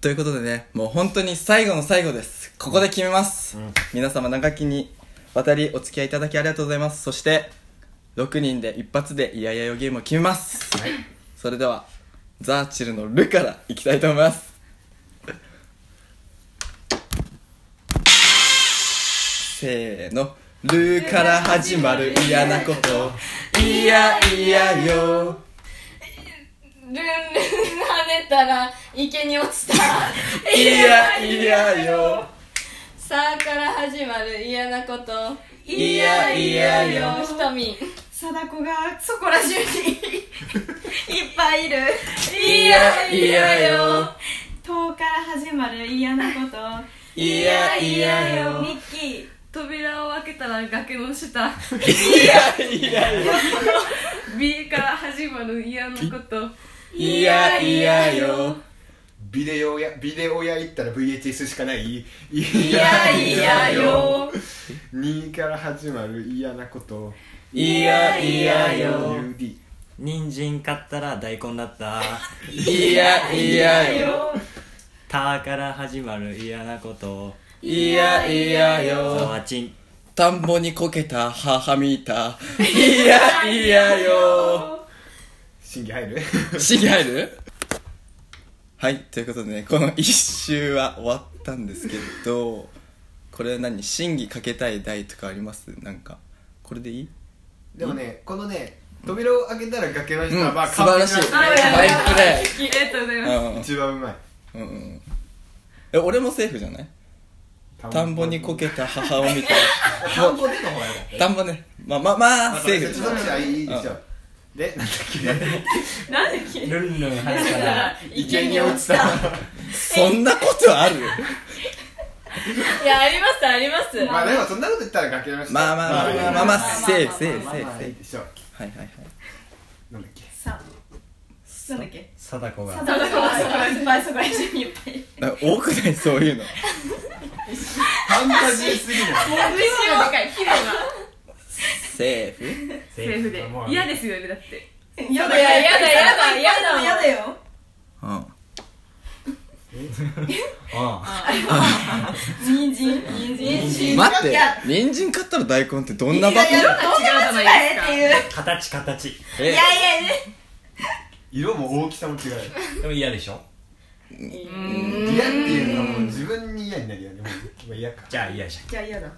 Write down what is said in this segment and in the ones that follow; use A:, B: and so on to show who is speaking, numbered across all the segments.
A: ということでね、もう本当に最後の最後です。ここで決めます。皆様長きにわたりお付き合いいただきありがとうございます。そして、6人で一発でイヤイヤよゲームを決めます。はい。それでは、ザーチルのルからいきたいと思います。せーの。ルから始まる嫌なこと。いやいやよ。
B: ルンルン跳ねたら池に落ちた
A: いやいやよ。
B: さあから始まる嫌なこと
A: いやいやよ
B: ひとみ
C: 貞子がそこら中にいっぱいいる
A: いやいやよ
C: 遠から始まる嫌なこと
A: いやいやよ
C: ミッキー
D: 扉を開けたら崖の下
A: いやいやよ
D: B から始まる嫌なこと
A: いやいやよ
E: ビデオやビデオ屋行ったら VHS しかないい
A: いやいやよ
E: 2から始まる嫌なこと
A: いやいやよ
E: UD
F: 人参買ったら大根だ った「
A: いやいやよ
F: た」から始まる嫌なこと
A: いやいや
F: 「ざ
A: よ
F: わちん
A: 田んぼにこけた母見たいやいやよ
E: 審議入 る
A: シギ入るはいということでねこの一周は終わったんですけどこれは何審議かけたい題とかありますなんかこれでいい
E: でもねこのね扉を開けたら崖の
A: うん
E: 下は
A: 素晴らしい
E: 完璧
A: ファインプレ
D: ありがとうございま
A: ーうん
E: 一番うまい
A: うんうんえ俺もセーフじゃない田んぼにこけた母を見た
E: 田んぼでの方がよか
A: 田んぼねまあまあまあ
E: った
A: セー
E: そっ
A: フ
E: ちはいいでしょでなんだっけ
D: すなんで聞い
F: ルンルン跳ねたら
E: 池に落ちた
A: そんなことある
B: いやありますあります
E: まあでもそんなこと言ったら崖の下
A: まあまあまあまあまあまあセーフセーフ
E: ま
A: セ
E: あ
A: ー
E: ま
A: フ
E: あ
A: セ
E: い
A: ー
E: い
A: フ
E: でしょ
A: はいはいはい
E: なんだっけ
C: さなんだっけ
F: 貞子が
C: 貞子がそこら中いっぱいそこら中にいっぱいいる
A: なんか多くないそういうの
E: ファンタジーすぎな
A: セーフ
D: セーフで嫌ですよねだって
C: や
B: だやだやだやだ
C: やだよ
A: うん
F: あ
C: 人参人参
A: 待って
C: いや
A: 人参買ったら大根ってどんなバト
C: いやいや
A: ル
D: 違うじゃ
C: 間
D: ないです
C: 違えっ
D: か
C: ていういや
F: あ形形
A: え
C: いや
E: い色も大きさも違う
F: でも嫌でしょ
E: 嫌っていうのはもう自分に嫌になるよねもう嫌か
F: じゃあ嫌じ
C: じゃあ嫌だ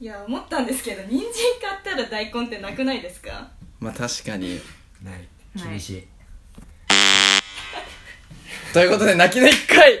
C: いや思ったんですけど人参買ったら大根ってなくないですか
A: まあ確かに
F: ゃんない厳しい
A: ということで泣きの一回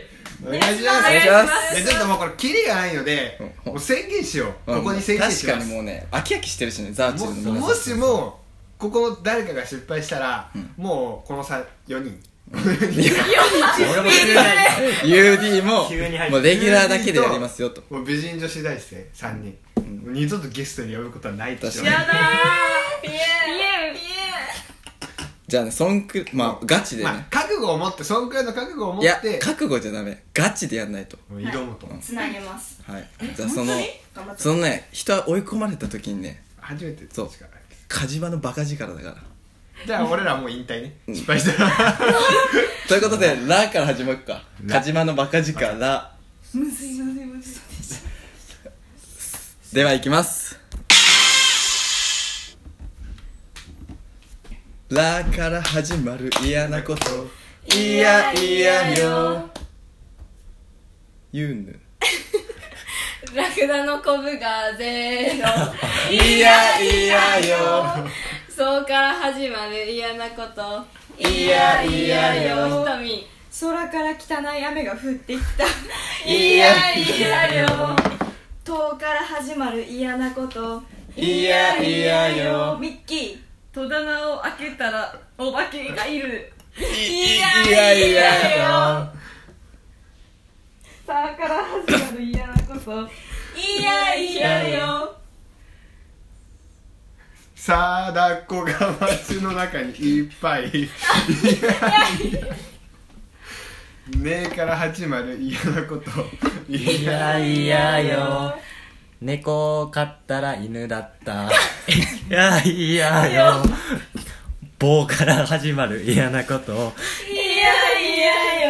E: お願いしま
A: お
E: す
A: 願いします
E: えちょっともうこれキリがないので
A: うん
E: もう宣言しようここに宣言し
A: 確
E: ま
A: か
E: す
A: にもうね飽き飽きしてるしねザーチルの皆さん
E: ももしもここの誰かが失敗したらもうこのさ4人
F: 俺も知らない
A: UD も
F: 急に入って
A: もうレギュラーだけでやりますよと
E: もう美人女子大生3人もう二度とゲストに呼ぶことはないでしょ
A: 確かじゃあねそんくまあガチで
E: まあ
A: ね
E: 覚悟を持ってそんくらいの覚悟を持
A: いや
E: って
A: 覚悟じゃダメガチでやんないと
E: もう色もと
C: つなげます
A: はいじゃあその
C: 頑張って
A: そのね人は追い込まれた時にね
E: 初めて
A: そう
E: 確か
A: 火事場のバカ力だから
E: じゃあ俺らもう引退ね失敗したら
A: ということで「ラ」から始まるか火事場のバカ力「ラ
D: むずいむずいむずい」
A: ではいきます「ラ」から始まる嫌な こといやいやよゆうぬ
B: ラクダのコブがゼ ロ
A: いやいやよ
B: そうから始まる嫌なこと
A: いやいや
B: ひ
A: よ
B: とみ
C: 空から汚い雨が降ってき た
A: いやいやよ
C: 遠から始まる嫌なこと
A: いやいやよ
C: ミッキ
D: 戸棚を開けたらお化けがいる
A: いやいやよ
C: ーさあから始まる嫌なこと
B: いやいや よ
E: 貞子が街の中にいっぱいいやねえから始まる嫌なことい
F: いやいやよ猫を飼ったら犬だった いやいやよ棒から始まる嫌なこと
C: いやい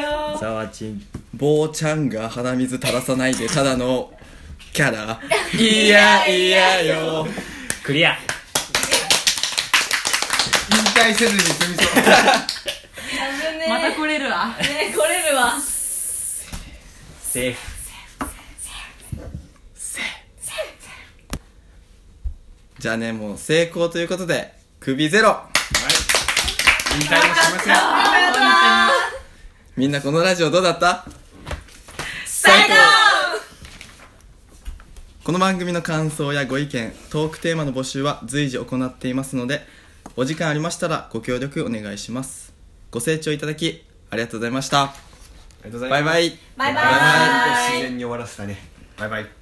C: やよ
F: ざわーチン
A: 坊ちゃんが鼻水垂らさないでただのキャラいやいやよ
F: クリア
E: 退せずに済みそう
B: 危ねえ
D: また来れるわ
B: ね来れるわ
F: セーフ
A: じゃあねもう成功ということで首ゼロ
E: 引退もしません
A: みんなこのラジオどうだった
D: 最高
A: この番組の感想やご意見トークテーマの募集は随時行っていますのでお時間ありましたらご協力お願いしますご清聴いただきありがとうございました
E: ありがとうございま
A: バイ
E: す
A: バイ
C: バイバ
E: バイ
C: イ
E: 自然に終わらせたねバイバイ